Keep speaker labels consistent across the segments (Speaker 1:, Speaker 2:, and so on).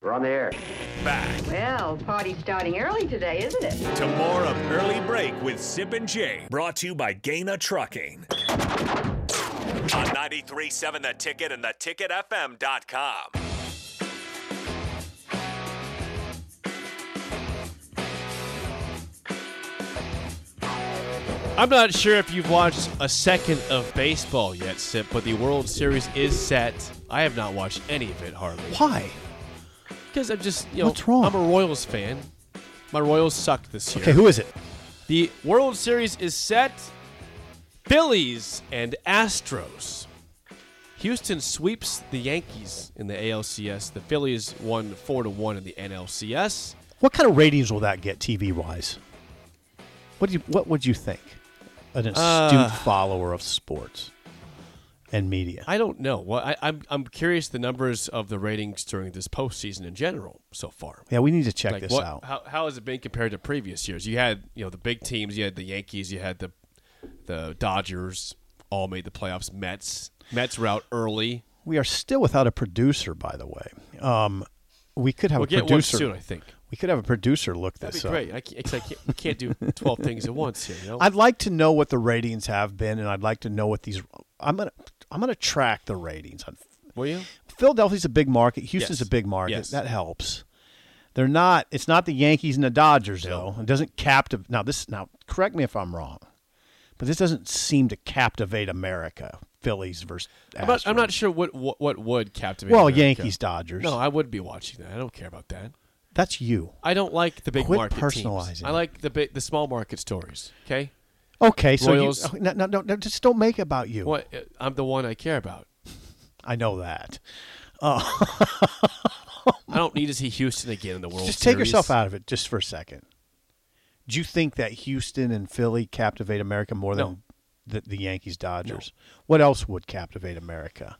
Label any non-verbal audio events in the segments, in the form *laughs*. Speaker 1: We're on the air.
Speaker 2: Back
Speaker 3: Well, party's starting early today, isn't it?
Speaker 2: to more of Early Break with Sip and Jay, brought to you by Gaina Trucking. On 93.7 The Ticket and theticketfm.com.
Speaker 4: I'm not sure if you've watched a second of baseball yet, Sip, but the World Series is set. I have not watched any of it hardly.
Speaker 5: Why?
Speaker 4: Because I'm just, you know,
Speaker 5: What's wrong?
Speaker 4: I'm a Royals fan. My Royals suck this year.
Speaker 5: Okay, who is it?
Speaker 4: the World Series is set. Phillies and Astros. Houston sweeps the Yankees in the ALCS. The Phillies won 4 to 1 in the NLCS.
Speaker 5: What kind of ratings will that get TV wise? What do you what would you think? An astute
Speaker 4: Uh,
Speaker 5: follower of sports and media.
Speaker 4: I don't know. Well, I, I'm I'm curious the numbers of the ratings during this postseason in general so far.
Speaker 5: yeah, we need to check
Speaker 4: Like,
Speaker 5: this
Speaker 4: what-
Speaker 5: out.
Speaker 4: How, how has it been compared to previous years? You had you know the big teams. You had the Yankees. You had the the Dodgers. All made the playoffs. Mets. Mets were out early.
Speaker 5: we are still without a producer, by the way. Um, we could have
Speaker 4: We'll
Speaker 5: a
Speaker 4: get
Speaker 5: producer. uh,
Speaker 4: one soon, I think.
Speaker 5: We could have a producer look
Speaker 4: That'd
Speaker 5: this
Speaker 4: be
Speaker 5: up.
Speaker 4: great. I can't, 'cause I can't, we can't
Speaker 5: *laughs*
Speaker 4: do twelve things at once here. You know?
Speaker 5: I'd like to know what the ratings have been, and I'd like to know what these. I'm gonna I'm gonna track the ratings. on
Speaker 4: Will you?
Speaker 5: Philadelphia's a big market. Houston's
Speaker 4: Yes.
Speaker 5: a big market.
Speaker 4: Yes.
Speaker 5: That helps. They're not. It's not the Yankees and the Dodgers though. It doesn't captive. Now this. Now correct me if I'm wrong, but this doesn't seem to captivate America. Phillies versus.
Speaker 4: I'm not, I'm
Speaker 5: Astros.
Speaker 4: not sure what what, what would captivate.
Speaker 5: Well,
Speaker 4: America.
Speaker 5: Yankees, Dodgers.
Speaker 4: No, I would be watching that. I don't care about that.
Speaker 5: That's you.
Speaker 4: I don't like the big
Speaker 5: Quit
Speaker 4: market teams.
Speaker 5: personalizing
Speaker 4: I
Speaker 5: it.
Speaker 4: like the big, the small market stories. Okay,
Speaker 5: Okay, so
Speaker 4: Royals.
Speaker 5: you. oh, No, no, no, no, just don't make it about you.
Speaker 4: what uh, I'm the one I care about.
Speaker 5: I know that.
Speaker 4: I don't need to see Houston again in the World
Speaker 5: Just
Speaker 4: Series.
Speaker 5: take yourself out of it just for a second. Do you think that Houston and Philly captivate America more
Speaker 4: No.
Speaker 5: than the, the Yankees Dodgers? What else would captivate America?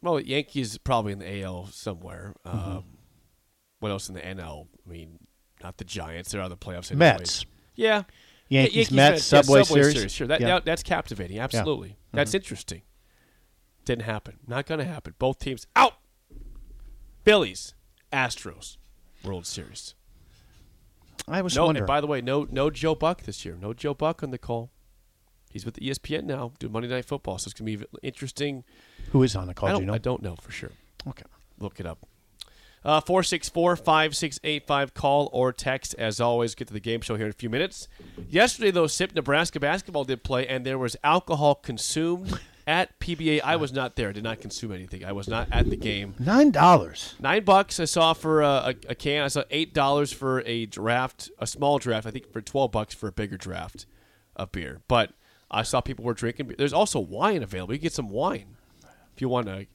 Speaker 4: Well, Yankees probably in the AL somewhere.
Speaker 5: Mm-hmm.
Speaker 4: Um, what else in the NL? I mean, not the Giants. They're out of the playoffs. anyways.
Speaker 5: Mets.
Speaker 4: Yeah.
Speaker 5: Yankees,
Speaker 4: Yeah,
Speaker 5: Mets,
Speaker 4: Yeah,
Speaker 5: Subway Series.
Speaker 4: Sure, that,
Speaker 5: Yeah. Mm-hmm.
Speaker 4: that- that's captivating. Absolutely, that's interesting. Didn't happen. Not going to happen. Both teams out. Phillies, Astros, World Series.
Speaker 5: I was
Speaker 4: no,
Speaker 5: wondering.
Speaker 4: and by the way, no, no Joe Buck this year. No Joe Buck on the call. He's with E ESPN now, doing Monday Night Football. So it's going to be interesting.
Speaker 5: Who is on the call?
Speaker 4: I
Speaker 5: Oh, do
Speaker 4: don't,
Speaker 5: you know?
Speaker 4: I don't know for sure.
Speaker 5: Okay.
Speaker 4: Look it up. Uh, 464-5685, call or text. As always, get to the game show here in a few minutes. Yesterday, though, SIP Nebraska basketball did play, and there was alcohol consumed at PBA. I was not there. I did not consume anything. I was not at the game.
Speaker 5: Nine dollars.
Speaker 4: Nine bucks I saw for uh, a, a can. I saw eight dollars for a draft, a small draft. I think for twelve bucks for a bigger draft of beer. But I saw people were drinking. beer. There's also wine available. You can get some wine if you want a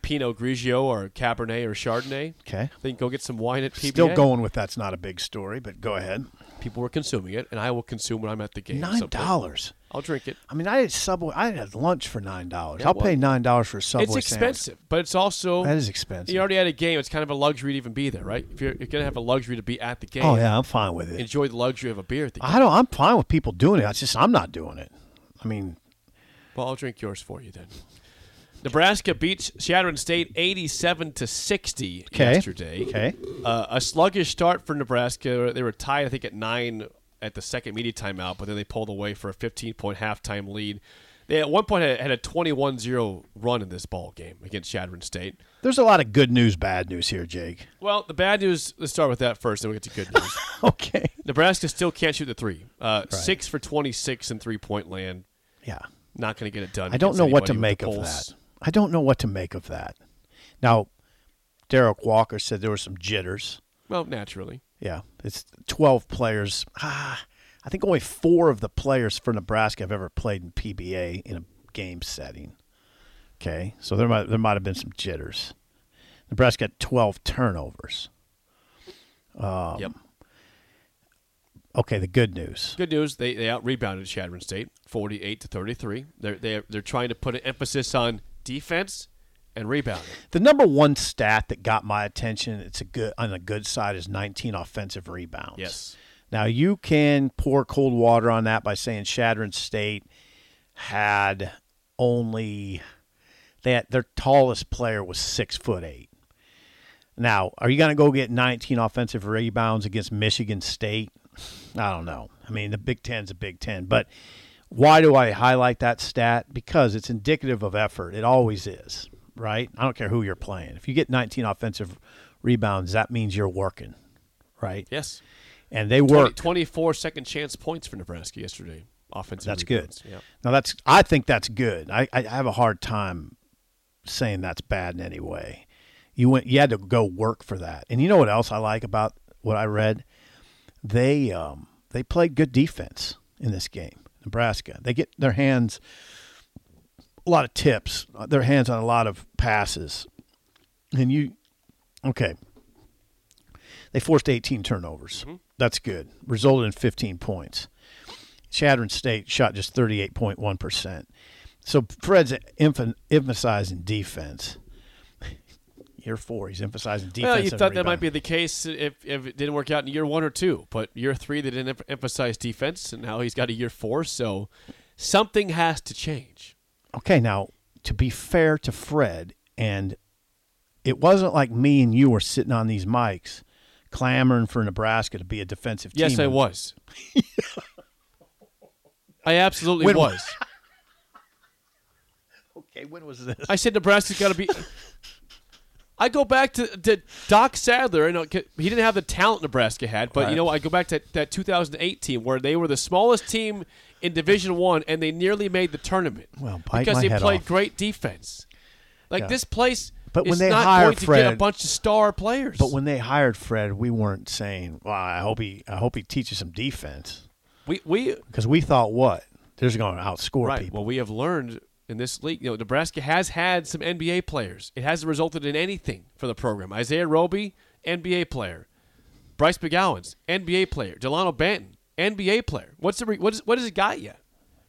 Speaker 4: Pinot Grigio or Cabernet or Chardonnay.
Speaker 5: Okay.
Speaker 4: then go get some wine at PBA.
Speaker 5: Still going with that's not a big story, but go ahead.
Speaker 4: People were consuming it, and I will consume when I'm at the game.
Speaker 5: Nine
Speaker 4: someplace.
Speaker 5: dollars.
Speaker 4: I'll drink it.
Speaker 5: I mean, I had Subway. I had lunch for nine dollars.
Speaker 4: Yeah,
Speaker 5: I'll
Speaker 4: well,
Speaker 5: pay nine dollars for a Subway.
Speaker 4: it's
Speaker 5: sandwich.
Speaker 4: expensive, but it's also
Speaker 5: That is expensive.
Speaker 4: You already had a game. It's kind of a luxury to even be there, right? If you're, you're gonna have a luxury to be at the game,
Speaker 5: Oh yeah, I'm fine with it.
Speaker 4: enjoy the luxury of a beer at the game.
Speaker 5: I don't. I'm fine with people doing it. It's just I'm not doing it. I mean,
Speaker 4: Well, I'll drink yours for you then. Nebraska beats Shattering State 87 to 60
Speaker 5: Okay.
Speaker 4: yesterday.
Speaker 5: Okay.
Speaker 4: Uh, a sluggish start for Nebraska. They were tied, I think, at nine at the second media timeout, but then they pulled away for a 15 point halftime lead. They at one point had, had a 21-0 run in this ball game against Shadron State.
Speaker 5: There's a lot of good news, bad news here,
Speaker 4: *laughs*
Speaker 5: Jake.
Speaker 4: Well, the bad news. Let's start with that first, then we get to good
Speaker 5: *laughs*
Speaker 4: news.
Speaker 5: Okay.
Speaker 4: Nebraska still can't shoot the three. Uh, Six for 26 in three-point land.
Speaker 5: Yeah.
Speaker 4: Not going to get it done.
Speaker 5: I don't
Speaker 4: against
Speaker 5: know
Speaker 4: anybody
Speaker 5: what to
Speaker 4: with
Speaker 5: make
Speaker 4: the
Speaker 5: of
Speaker 4: pulse.
Speaker 5: that. I don't know what to make of that. Now, Derek Walker said there were some jitters.
Speaker 4: Well, naturally.
Speaker 5: Yeah, it's 12 players. Ah, I think only four of the players for Nebraska have ever played in PBA in a game setting. Okay, so there might there might have been some jitters. Nebraska had 12 turnovers. Um,
Speaker 4: yep.
Speaker 5: Okay, the good news.
Speaker 4: Good news, they, they out rebounded Shadron State, forty eight to thirty three. They're they're they're trying to put an emphasis on defense and rebounding.
Speaker 5: The number one stat that got my attention, it's a good on the good side is 19 offensive rebounds.
Speaker 4: Yes.
Speaker 5: Now you can pour cold water on that by saying Shadron State had only that their tallest player was six foot eight. Now, are you going to go get 19 offensive rebounds against Michigan State? I don't know. I mean, the Big Ten's a Big Ten, but why do I highlight that stat? Because it's indicative of effort. It always is, right? I don't care who you're playing. If you get 19 offensive rebounds, that means you're working, right?
Speaker 4: Yes.
Speaker 5: And they
Speaker 4: 20,
Speaker 5: work.
Speaker 4: 24 second chance points for Nebraska yesterday. Offensive.
Speaker 5: That's
Speaker 4: rebounds.
Speaker 5: good.
Speaker 4: Yeah.
Speaker 5: Now that's I think that's good. I, I I have a hard time saying that's bad in any way. You went you had to go work for that. And you know what else I like about what I read? They um they played good defense in this game. Nebraska. They get their hands a lot of tips, uh, their hands on a lot of passes. And you okay. They forced 18 turnovers.
Speaker 4: Mm-hmm.
Speaker 5: That's good. Resulted in 15 points. Chadron State shot just 38.1%. So Fred's emph- emphasizing defense. *laughs* Year four, he's emphasizing defense.
Speaker 4: Well, you
Speaker 5: and
Speaker 4: thought that might
Speaker 5: rebound.
Speaker 4: be the case if, if it didn't work out in year one or two, but year three they didn't em- emphasize defense, and now he's got a year four, so something has to change.
Speaker 5: Okay, now, to be fair to Fred, and it wasn't like me and you were sitting on these mics clamoring for Nebraska to be a defensive
Speaker 4: Yes,
Speaker 5: team.
Speaker 4: I
Speaker 5: *laughs*
Speaker 4: was. I absolutely
Speaker 5: *laughs* When-
Speaker 4: was.
Speaker 5: Okay, when was this?
Speaker 4: I said Nebraska's got to
Speaker 5: *laughs*
Speaker 4: be. I go back to, to Doc Sadler, and uh, he didn't have the talent Nebraska had, but you
Speaker 5: Right.
Speaker 4: know I go back to that 2008 team where they were the smallest team in Division One, and they nearly made the tournament.
Speaker 5: Well, bite
Speaker 4: because
Speaker 5: my
Speaker 4: they
Speaker 5: head
Speaker 4: played
Speaker 5: off.
Speaker 4: great defense. Like
Speaker 5: Yeah.
Speaker 4: this place,
Speaker 5: But when
Speaker 4: is
Speaker 5: they
Speaker 4: not
Speaker 5: hire
Speaker 4: going to get a
Speaker 5: Fred-
Speaker 4: bunch of star players.
Speaker 5: But when they hired Fred, we weren't saying, "Well, I hope he, I hope he teaches some defense,"
Speaker 4: we we
Speaker 5: because we thought, "What? They're going to outscore
Speaker 4: right,
Speaker 5: people."
Speaker 4: well we have learned in this league, you know, Nebraska has had some NBA players. It hasn't resulted in anything for the program. Isaiah Roby, NBA player. Bryce McGowan's NBA player. Delano Banton, NBA player. What's the re- what is what has it got you?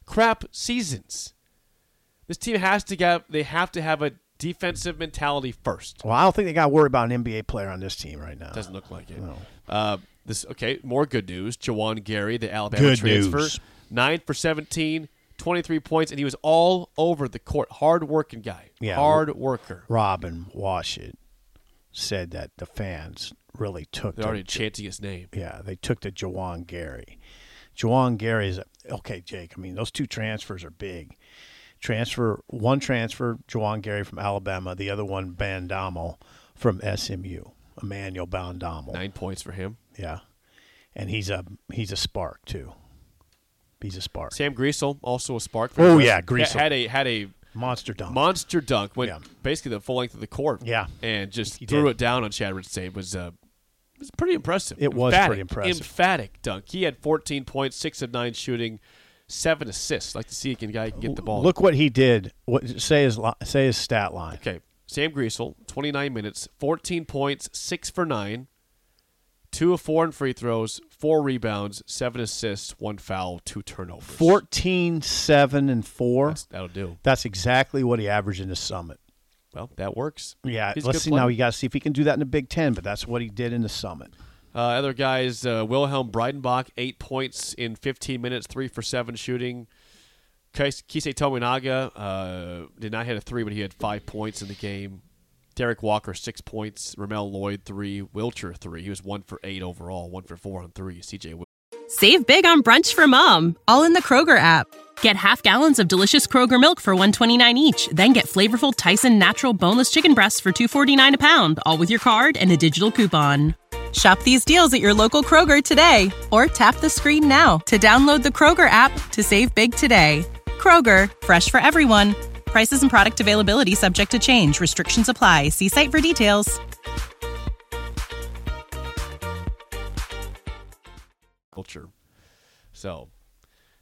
Speaker 4: Crap seasons. This team has to get they have to have a defensive mentality first.
Speaker 5: Well, I don't think they got to worry about an NBA player on this team right now.
Speaker 4: Doesn't look like it. Uh, this okay. More good news. Jawan Gary, the Alabama
Speaker 5: Good
Speaker 4: transfer,
Speaker 5: news.
Speaker 4: nine for 17, 23 points, and he was all over the court. Hard working guy.
Speaker 5: Yeah.
Speaker 4: Hard worker.
Speaker 5: Robin Washit said that the fans really took
Speaker 4: They're
Speaker 5: to-
Speaker 4: already chanting his name.
Speaker 5: yeah, they took to Jawan Gary. Jawan Gary is okay, Jake. I mean, those two transfers are big. Transfer one transfer, Jawan Gary from Alabama, the other one Bandamo from SMU, Emmanuel Bandamo.
Speaker 4: Nine points for him.
Speaker 5: Yeah, and he's a he's a spark too. He's a spark.
Speaker 4: Sam Greasel also a spark. For
Speaker 5: Oh,
Speaker 4: Nebraska.
Speaker 5: yeah, Greasel.
Speaker 4: had a had a
Speaker 5: Monster dunk.
Speaker 4: monster dunk. Went
Speaker 5: Yeah.
Speaker 4: basically the full length of the court.
Speaker 5: Yeah.
Speaker 4: and just
Speaker 5: He
Speaker 4: threw
Speaker 5: did.
Speaker 4: it down on Chadwick State. It Was uh, it was pretty impressive.
Speaker 5: It was
Speaker 4: Emphatic-
Speaker 5: pretty impressive.
Speaker 4: Emphatic dunk. He had 14 points, six of nine shooting, seven assists. Like to see a guy can get the ball.
Speaker 5: Look what he did. What say his li- say his stat line?
Speaker 4: Okay. Sam Greasel, 29 minutes, 14 points, 6 for 9, 2 of 4 in free throws, 4 rebounds, 7 assists, 1 foul, 2 turnovers.
Speaker 5: 14, 7, and 4.
Speaker 4: That's- that'll do.
Speaker 5: That's exactly what he averaged in the summit.
Speaker 4: Well, that works.
Speaker 5: Yeah,
Speaker 4: He's a
Speaker 5: let's
Speaker 4: good
Speaker 5: see.
Speaker 4: player.
Speaker 5: Now you got to see if he can do that in the Big Ten, but that's what he did in the summit.
Speaker 4: Uh, other guys, uh, Wilhelm Breidenbach, 8 points in 15 minutes, 3 for 7 shooting. Kis- Kisei Tominaga uh, did not hit a 3, but he had 5 points in the game. Derek Walker, 6 points. Ramel Lloyd, 3. Wilcher, 3. He was 1 for 8 overall, 1 for 4 on 3. CJ
Speaker 6: Save big on brunch for mom, all in the Kroger app. Get half gallons of delicious Kroger milk for 129 each, then get flavorful Tyson natural boneless chicken breasts for 249 a pound, all with your card and a digital coupon. Shop these deals at your local Kroger today or tap the screen now to download the Kroger app to save big today. Kroger, fresh for everyone. Prices and product availability subject to change. Restrictions apply. See site for details.
Speaker 4: culture. So,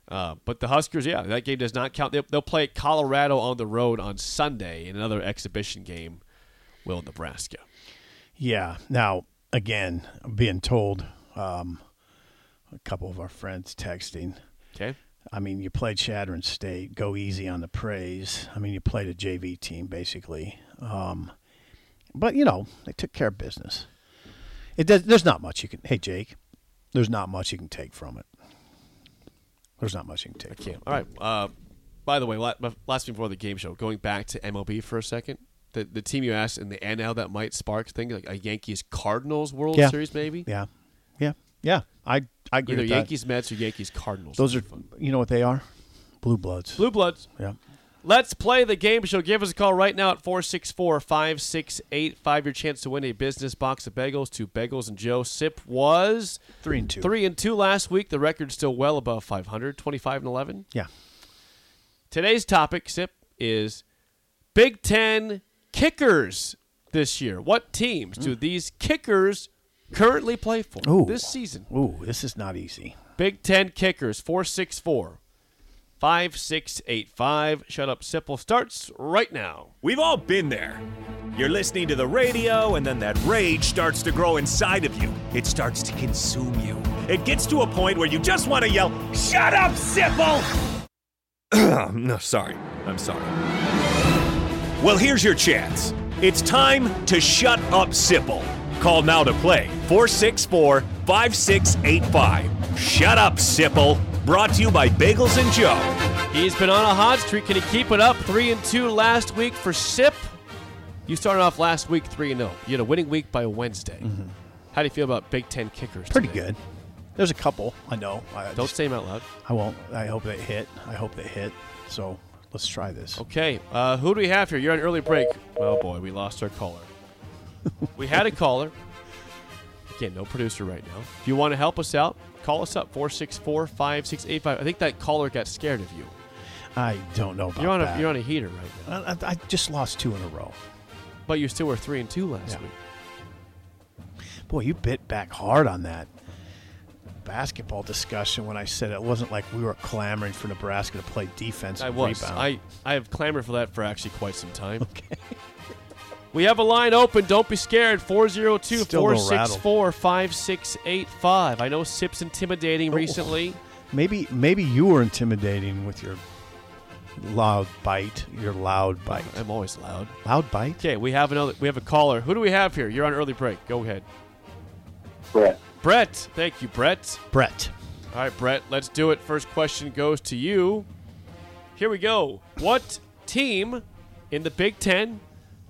Speaker 4: uh, but the Huskers, yeah, that game does not count. They'll, they'll play Colorado on the road on Sunday in another exhibition game. Will Nebraska?
Speaker 5: Yeah. Now, again, I'm being told um, a couple of our friends texting.
Speaker 4: Okay,
Speaker 5: I mean, you played Shadron State. Go easy on the praise. I mean, you played a JV team basically. Um, but you know, they took care of business. It does. There's not much you can. Hey, Jake. There's not much you can take from it. There's not much you can take.
Speaker 4: okay. All right. Uh, by the way, la- my- last thing before the game show, going back to MLB for a second, the the team you asked in the NL that might spark things like a Yankees Cardinals World
Speaker 5: Yeah.
Speaker 4: Series, maybe
Speaker 5: Yeah. Yeah. Yeah. I I agree.
Speaker 4: either
Speaker 5: with that.
Speaker 4: Yankees Mets or Yankees Cardinals.
Speaker 5: Those are.
Speaker 4: would be fun.
Speaker 5: You know what they are? Blue bloods.
Speaker 4: Blue Bloods.
Speaker 5: Yeah.
Speaker 4: Let's play the game show. Give us a call right now at 464 5685. Your chance to win a business box of bagels to Bagels and Joe. Sip was
Speaker 5: Three and two.
Speaker 4: three and two last week. The record's still well above 500, 25 and 11.
Speaker 5: Yeah.
Speaker 4: Today's topic, Sip, is Big Ten kickers this year. What teams do these kickers currently play for
Speaker 5: Mm. Ooh.
Speaker 4: this season?
Speaker 5: Ooh, this is not easy.
Speaker 4: Big Ten kickers, 464 5685. Shut up, Sipple starts right now.
Speaker 2: We've all been there. You're listening to the radio, and then that rage starts to grow inside of you. It starts to consume you. It gets to a point where you just want to yell, Shut up, Sipple! *clears throat* no, sorry. I'm sorry. Well, here's your chance. It's time to shut up, Sipple. Call now to play 464 5685. Shut up, Sipple. Brought to you by Bagels and Joe.
Speaker 4: He's been on a hot streak. Can he keep it up? Three and two last week for Sip. You started off last week three and zero. You had a winning week by Wednesday. How do you feel about Big Ten kickers?
Speaker 5: Mm-hmm. Pretty
Speaker 4: today?
Speaker 5: good. There's a couple. I know. I,
Speaker 4: Don't say them out loud.
Speaker 5: I won't. I hope they hit. I hope they hit. So let's try this.
Speaker 4: Okay, uh, who do we have here? You're on early break. Well, boy, we lost our caller. we had a caller. Again, no producer right now. If you want to help us out, call us up 464 5685. I think that caller got scared of you.
Speaker 5: I don't know about
Speaker 4: You're on,
Speaker 5: that.
Speaker 4: a, you're on a heater right
Speaker 5: *laughs*
Speaker 4: now,
Speaker 5: I, I- I just lost two in a row.
Speaker 4: but you still were 3 and 2 last
Speaker 5: Yeah.
Speaker 4: week.
Speaker 5: Boy, you bit back hard on that basketball discussion when I said it wasn't like we were clamoring for Nebraska to play defense.
Speaker 4: I
Speaker 5: and
Speaker 4: was.
Speaker 5: Rebound.
Speaker 4: I, I have clamored for that for actually quite some time. *laughs*
Speaker 5: Okay.
Speaker 4: We have a line open. Don't be scared. 402
Speaker 5: Still a little
Speaker 4: 464 5685. I know Sip's intimidating recently.
Speaker 5: *laughs* Maybe maybe you were intimidating with your loud bite. Your loud bite.
Speaker 4: I'm always loud.
Speaker 5: Loud bite.
Speaker 4: Okay, we have another. We have a caller. Who do we have here? You're on early break. Go ahead.
Speaker 1: Brett.
Speaker 4: Brett. Thank you, Brett.
Speaker 5: Brett.
Speaker 4: All right, Brett, let's do it. First question goes to you. Here we go. What team in the Big Ten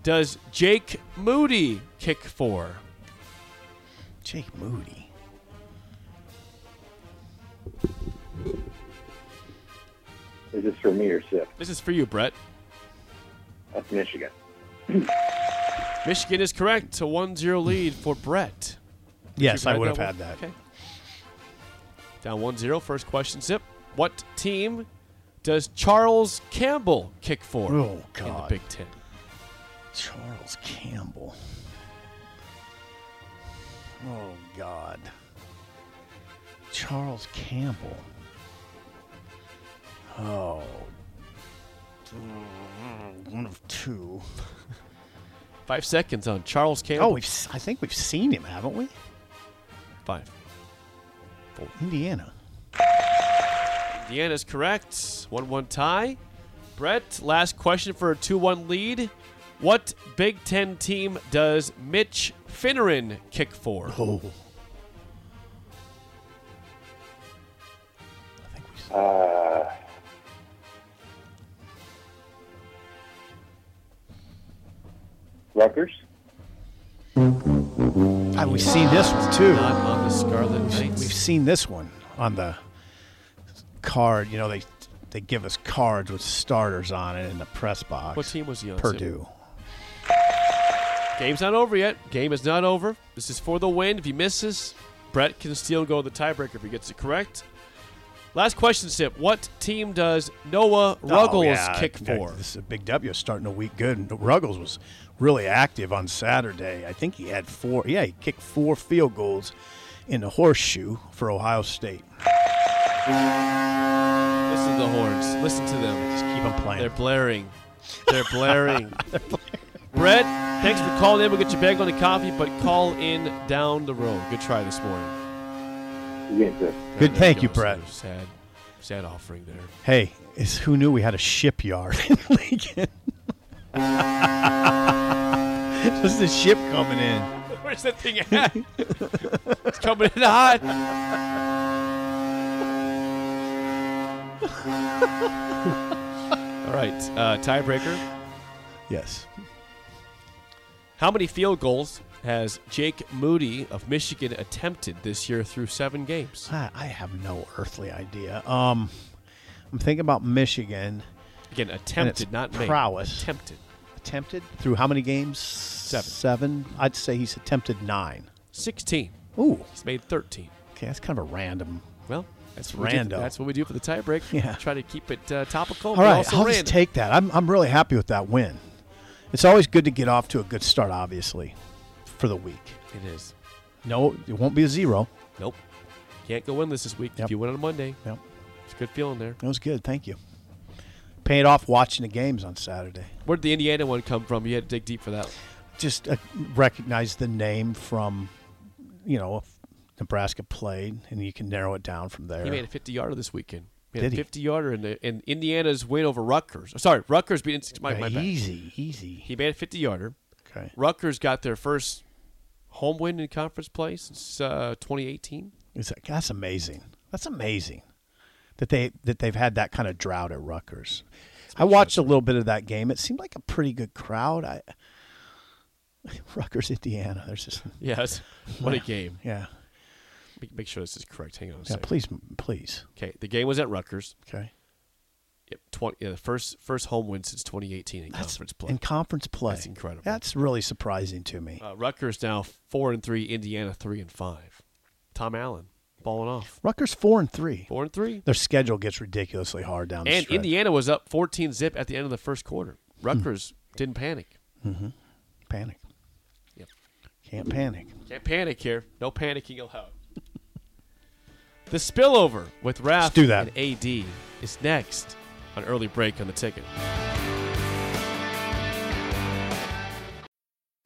Speaker 4: does Jake Moody kick for?
Speaker 5: Jake Moody.
Speaker 1: Is this for me or Sip?
Speaker 4: This is for you, Brett.
Speaker 1: That's Michigan.
Speaker 4: Michigan is correct. A 1 0 lead for Brett.
Speaker 5: Yes, I
Speaker 4: Right,
Speaker 5: would have
Speaker 4: that
Speaker 5: had
Speaker 4: one?
Speaker 5: that.
Speaker 4: Okay. Down 1 0. First question, Zip. What team does Charles Campbell kick for
Speaker 5: Oh,
Speaker 4: in the
Speaker 5: God.
Speaker 4: Big Ten?
Speaker 5: Charles Campbell. Oh God. Charles Campbell. Oh. One of two.
Speaker 4: Five seconds on Charles
Speaker 5: Oh,
Speaker 4: Campbell.
Speaker 5: we've, s- I think we've seen him, haven't we? Oh.
Speaker 4: Five. Oh.
Speaker 5: Indiana.
Speaker 4: Indiana's correct. 1 1 tie. Brett, last question for a 2 1 lead. What Big Ten team does Mitch Finneran kick for?
Speaker 5: Oh. I think we've seen
Speaker 1: Uh, Rutgers.
Speaker 5: Ah, we've seen this one too.
Speaker 4: Not on the Scarlet Knights.
Speaker 5: We've seen this one on the card. You know, they They give us cards with starters on it in the press box.
Speaker 4: What team was he on, Sim?
Speaker 5: Purdue.
Speaker 4: Game's not over yet. Game is not over. This is for the win. If he misses, Brett can steal and go to the tiebreaker if he gets it correct. Last question, Sip. What team does Noah Ruggles
Speaker 5: Oh, yeah.
Speaker 4: kick
Speaker 5: Yeah,
Speaker 4: for?
Speaker 5: This is a big W starting a week good. And Ruggles was really active on Saturday. I think he had four. Yeah, he kicked four field goals in the horseshoe for Ohio State.
Speaker 4: Listen to the horns. Listen to them.
Speaker 5: Just keep them playing.
Speaker 4: They're blaring.
Speaker 5: *laughs*
Speaker 4: They're blaring. Brett, thanks for calling in. We'll get you back on the coffee, but call in down the road. Good try this morning.
Speaker 1: You get this.
Speaker 5: Good.
Speaker 4: God, there
Speaker 5: Thank
Speaker 4: it
Speaker 5: you,
Speaker 4: goes.
Speaker 5: Brett.
Speaker 4: Sad, sad offering there.
Speaker 5: hey, it's, who knew we had a shipyard *laughs* in Lincoln? Just a ship coming in.
Speaker 4: Where's that thing at? it's coming in hot. All right, uh, tiebreaker.
Speaker 5: Yes.
Speaker 4: How many field goals has Jake Moody of Michigan attempted this year through seven games?
Speaker 5: I, I have no earthly idea. Um, I'm thinking about Michigan
Speaker 4: Again, attempted, not made.
Speaker 5: prowess.
Speaker 4: Attempted.
Speaker 5: attempted through how many games? Seven. Seven. I'd say he's attempted nine.
Speaker 4: Sixteen.
Speaker 5: Ooh.
Speaker 4: He's made thirteen.
Speaker 5: Okay, that's kind of a random.
Speaker 4: Well, that's what We do,
Speaker 5: Rando.
Speaker 4: that's what we do for the tiebreaker.
Speaker 5: Yeah.
Speaker 4: Try to keep it uh, topical.
Speaker 5: All
Speaker 4: but
Speaker 5: right,
Speaker 4: also
Speaker 5: I'll
Speaker 4: random.
Speaker 5: just take that. I'm I'm really happy with that win. It's always good to get off to a good start, obviously, for the week.
Speaker 4: It is.
Speaker 5: No, it won't be a zero.
Speaker 4: Nope. Can't go winless this week. If
Speaker 5: Yep.
Speaker 4: you win on Monday,
Speaker 5: Yep.
Speaker 4: it's a good feeling there.
Speaker 5: That was good. Thank you. Paid off watching the games on Saturday.
Speaker 4: Where did the Indiana one come from? You had to dig deep for that.
Speaker 5: just uh, recognize the name from, you know, if Nebraska played, and you can narrow it down from there.
Speaker 4: He made a 50 yarder this weekend. He had
Speaker 5: Did
Speaker 4: a
Speaker 5: he?
Speaker 4: 50 yarder in, the, in Indiana's win over Rutgers. Sorry, Rutgers beat my, my bad.
Speaker 5: easy, easy.
Speaker 4: He made a 50 yarder.
Speaker 5: Okay.
Speaker 4: Rutgers got their first home win in conference play since uh, 2018.
Speaker 5: It's like, that's amazing. That's amazing that they that they've had that kind of drought at Rutgers. I watched a little bit of that game. It seemed like a pretty good crowd. I *laughs* Rutgers, Indiana. There's just
Speaker 4: Yes. *laughs* What a game.
Speaker 5: yeah,
Speaker 4: Make, make sure this is correct. Hang on a
Speaker 5: yeah.
Speaker 4: second.
Speaker 5: Please, please.
Speaker 4: Okay, the game was at Rutgers.
Speaker 5: Okay.
Speaker 4: Yep, 20, yeah, the first first home win since 2018 in conference play.
Speaker 5: In conference play,
Speaker 4: That's incredible.
Speaker 5: That's really surprising to me.
Speaker 4: uh, Rutgers now four and three. Indiana three and five. Tom Allen falling off.
Speaker 5: Rutgers four and three.
Speaker 4: Four and three.
Speaker 5: Their schedule gets ridiculously hard down the
Speaker 4: And
Speaker 5: stretch.
Speaker 4: Indiana was up 14 zip at the end of the first quarter. Rutgers didn't panic.
Speaker 5: panic.
Speaker 4: Yep.
Speaker 5: Can't panic.
Speaker 4: Can't panic here. No panicking allowed. the spillover with Raph
Speaker 5: Let's do that.
Speaker 4: and AD is next on early break on the ticket.